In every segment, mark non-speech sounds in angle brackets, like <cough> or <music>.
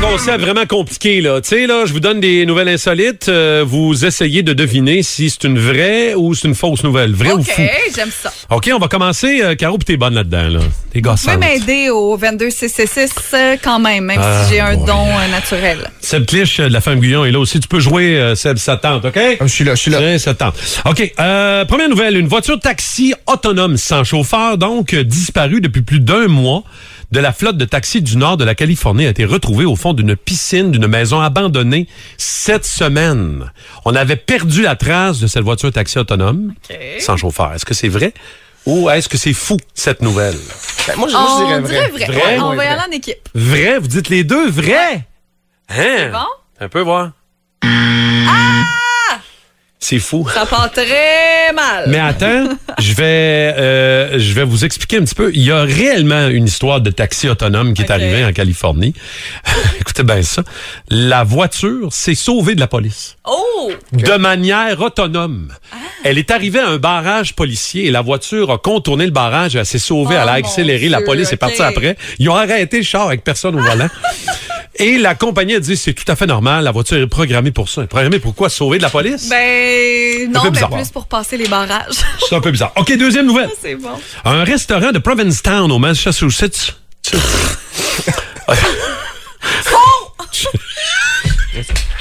concept vraiment compliqué, là. Tu sais, là, je vous donne des nouvelles insolites. euh, vous essayez de deviner si c'est une vraie ou c'est une fausse nouvelle. Vrai ou OK, fou. j'aime ça. OK, on va commencer. euh, Caro, puis t'es bonne là-dedans, là. T'es Vous pouvez gossante. m'aider au 22666 euh, quand même, même Ah, si j'ai un boy. don euh, naturel. Seb Clich euh, de la femme Guyon est là aussi. Tu peux jouer, euh, Seb, sa tante, OK? Ah, Je suis là, je suis là. Oui, ça te tente. OK. euh, première nouvelle. Une voiture taxi autonome sans chauffeur, donc euh, disparue depuis plus d'un mois de la flotte de taxis du nord de la Californie, a été retrouvée au fond d'une piscine d'une maison abandonnée cette semaine. On avait perdu la trace de cette voiture taxi autonome sans chauffeur. Est-ce que c'est vrai ou est-ce que c'est fou, cette nouvelle? Ben, Moi, je, moi, je On dirais dirait vrai. vrai. Vrai, Ouais, on ouais, va y vrai. aller en équipe. Vrai? Vous dites les deux? Vrai? Hein? bon? Un peu voir. C'est fou. Ça part très mal. Mais attends, je vais, euh, je vais vous expliquer un petit peu. Il y a réellement une histoire de taxi autonome qui Ok. est arrivée en Californie. <laughs> Écoutez bien ça. La voiture s'est sauvée de la police Oh! de manière autonome. Ah. Elle est arrivée à un barrage policier et la voiture a contourné le barrage. Elle s'est sauvée, Oh elle a mon accéléré. La Dieu, police est ok. Ah. partie après. Ils ont arrêté le char avec personne au volant. Et la compagnie a dit, c'est tout à fait normal, la voiture est programmée pour ça. Elle est Programmée pour quoi? Sauver de la police? Ben, non, peu mais bizarre. plus pour passer les barrages. <laughs> C'est un peu bizarre. OK, deuxième nouvelle. C'est bon. Euh, Un restaurant de Provincetown au Massachusetts. <laughs>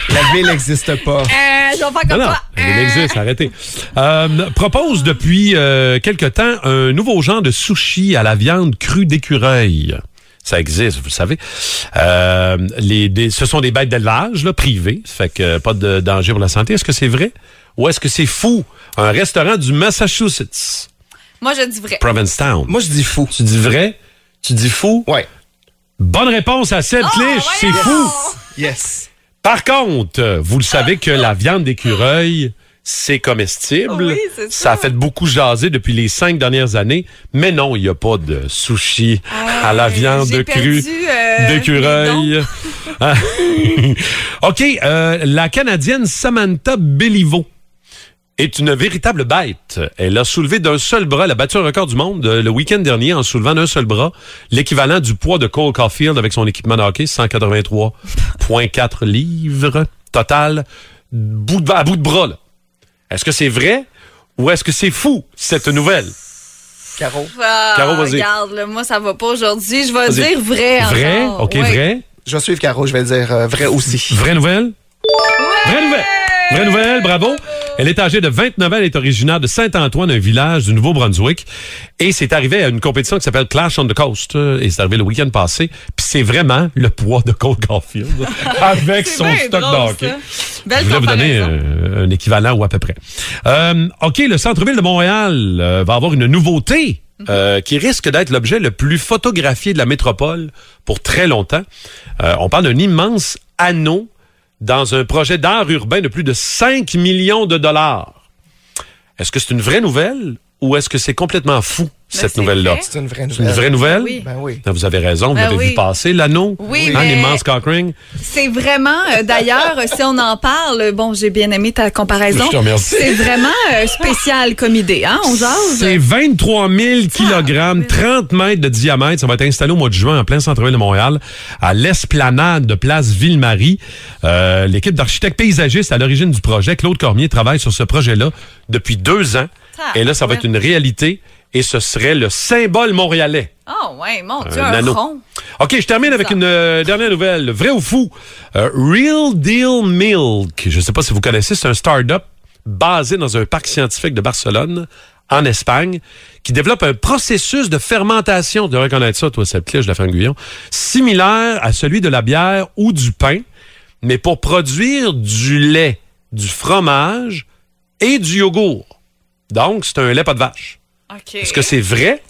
La ville n'existe pas. Euh, je vais faire comme Non, non, toi. il existe, arrêtez. Euh, propose depuis euh, quelque temps un nouveau genre de sushi à la viande crue d'écureuil. Ça existe, vous le savez. Euh, les, des- ce sont des bêtes d'élevage là, privées, ça fait que euh, pas de danger pour la santé. Est-ce que c'est vrai ou est-ce que c'est fou? Un restaurant du Massachusetts, Moi, je dis vrai. Provincetown. Moi, je dis fou. Tu dis vrai? Tu dis fou? Ouais. Bonne réponse à cette Oh, cliche, c'est voyons! fou! Yes. Par contre, euh, vous le savez que la viande d'écureuil, c'est comestible. Oui, c'est ça. a fait beaucoup jaser depuis les cinq dernières années. Mais non, il n'y a pas de sushi à la Euh, viande j'ai crue perdu, euh, mes dons. d'écureuil. <laughs> Ah. OK, euh, la Canadienne Samantha Béliveau est une véritable bête. Elle a soulevé d'un seul bras, elle a battu un record du monde euh, le week-end dernier en soulevant d'un seul bras l'équivalent du poids de Cole Caulfield avec son équipement de hockey, 183,4 <laughs> livres total, bout de- à bout de bras. là. Est-ce que c'est vrai ou est-ce que c'est fou, cette nouvelle? Caro. Ah, Caro, vas-y. Regarde, là, moi, ça va pas aujourd'hui. Je vais Vas-y. dire vrai. Vrai? encore. OK, Ouais. vrai? Je vais suivre Caro, je vais dire euh, vrai aussi. Vraie nouvelle? Ouais! Vraie nouvelle! Vraie nouvelle, bravo! Elle est âgée de 29 ans, elle est originaire de Saint-Antoine, un village du Nouveau-Brunswick. Et c'est arrivé à une compétition qui s'appelle Clash on the Coast. euh, Et c'est arrivé le week-end passé. Puis c'est vraiment le poids de Cole Caulfield <laughs> avec C'est son bien stock drôle, de hockey. ça. Belle Je voulais vous donner comparaison. euh, un équivalent ou à peu près. Euh, OK, le centre-ville de Montréal euh, va avoir une nouveauté Mhm. euh, qui risque d'être l'objet le plus photographié de la métropole pour très longtemps. Euh, on parle d'un immense anneau dans un projet d'art urbain de plus de 5 millions de dollars. Est-ce que c'est une vraie nouvelle ou est-ce que c'est complètement fou, cette Ben, c'est nouvelle-là? vrai. C'est une vraie C'est une nouvelle. vraie nouvelle? Oui. Ben oui. Ah, Vous avez raison, vous Ben l'avez oui. vu passer, l'anneau? Oui, Hein, mais- L'immense cock ring? C'est vraiment, euh, d'ailleurs, euh, si on en parle, euh, bon, j'ai bien aimé ta comparaison. Je te remercie. C'est vraiment euh, spécial comme idée, hein? On jase. C'est 23 000 Ah, kg, 30 mètres de diamètre. Ça va être installé au mois de juin en plein centre-ville de Montréal, à l'esplanade de Place Ville-Marie. Euh, L'équipe d'architectes paysagistes à l'origine du projet, Claude Cormier, travaille sur ce projet-là depuis deux ans. Ah, Et là, ça va ouais. être une réalité et ce serait le symbole montréalais. Oh, ouais, mon Dieu, Un un, anneau. rond. OK, je termine avec une euh, dernière nouvelle. Vrai ou fou? Euh, Real Deal Milk. Je ne sais pas si vous connaissez, c'est un start-up basé dans un parc scientifique de Barcelone, en Espagne, qui développe un processus de fermentation, tu devrais connaître ça, toi, cette clé, je la fais en guyon, similaire à celui de la bière ou du pain, mais pour produire du lait, du fromage et du yogourt. Donc, c'est un lait pas de vache. OK. Est-ce que c'est vrai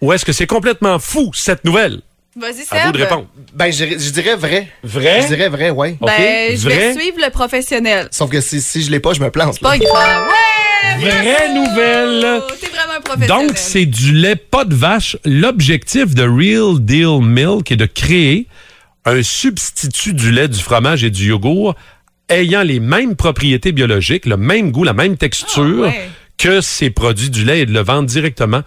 ou est-ce que c'est complètement fou, cette nouvelle? Vas-y, Seb. À vous de répondre. Ben, je, je dirais vrai. Vrai? Je dirais vrai, ouais. OK, Ben, je vrai? vais suivre le professionnel. Sauf que si, si je l'ai pas, je me plante. Pas grave. Ouais! Vraie bravo! nouvelle. T'es vraiment un professionnel. Donc, c'est du lait pas de vache. L'objectif de Real Deal Milk est de créer un substitut du lait, du fromage et du yogourt ayant les mêmes propriétés biologiques, le même goût, la même texture Ah, ouais. que ces produits du lait et de le vendre directement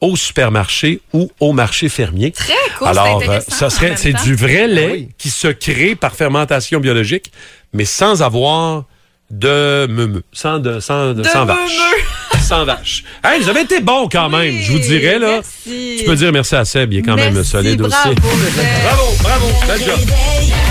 au supermarché ou au marché fermier. Très cool, c'est Alors, euh, intéressant ça en serait, même c'est temps. du vrai lait oui. qui se crée par fermentation biologique, mais sans avoir de meumeux, sans de, sans, de, De sans vache. <laughs> sans vache. Hey, vous avez été bon quand même, je vous dirais, là. Merci. Tu peux dire merci à Seb, il est quand même Merci, solide bravo, aussi. Jeff. Bravo, bravo, bel job. réveil.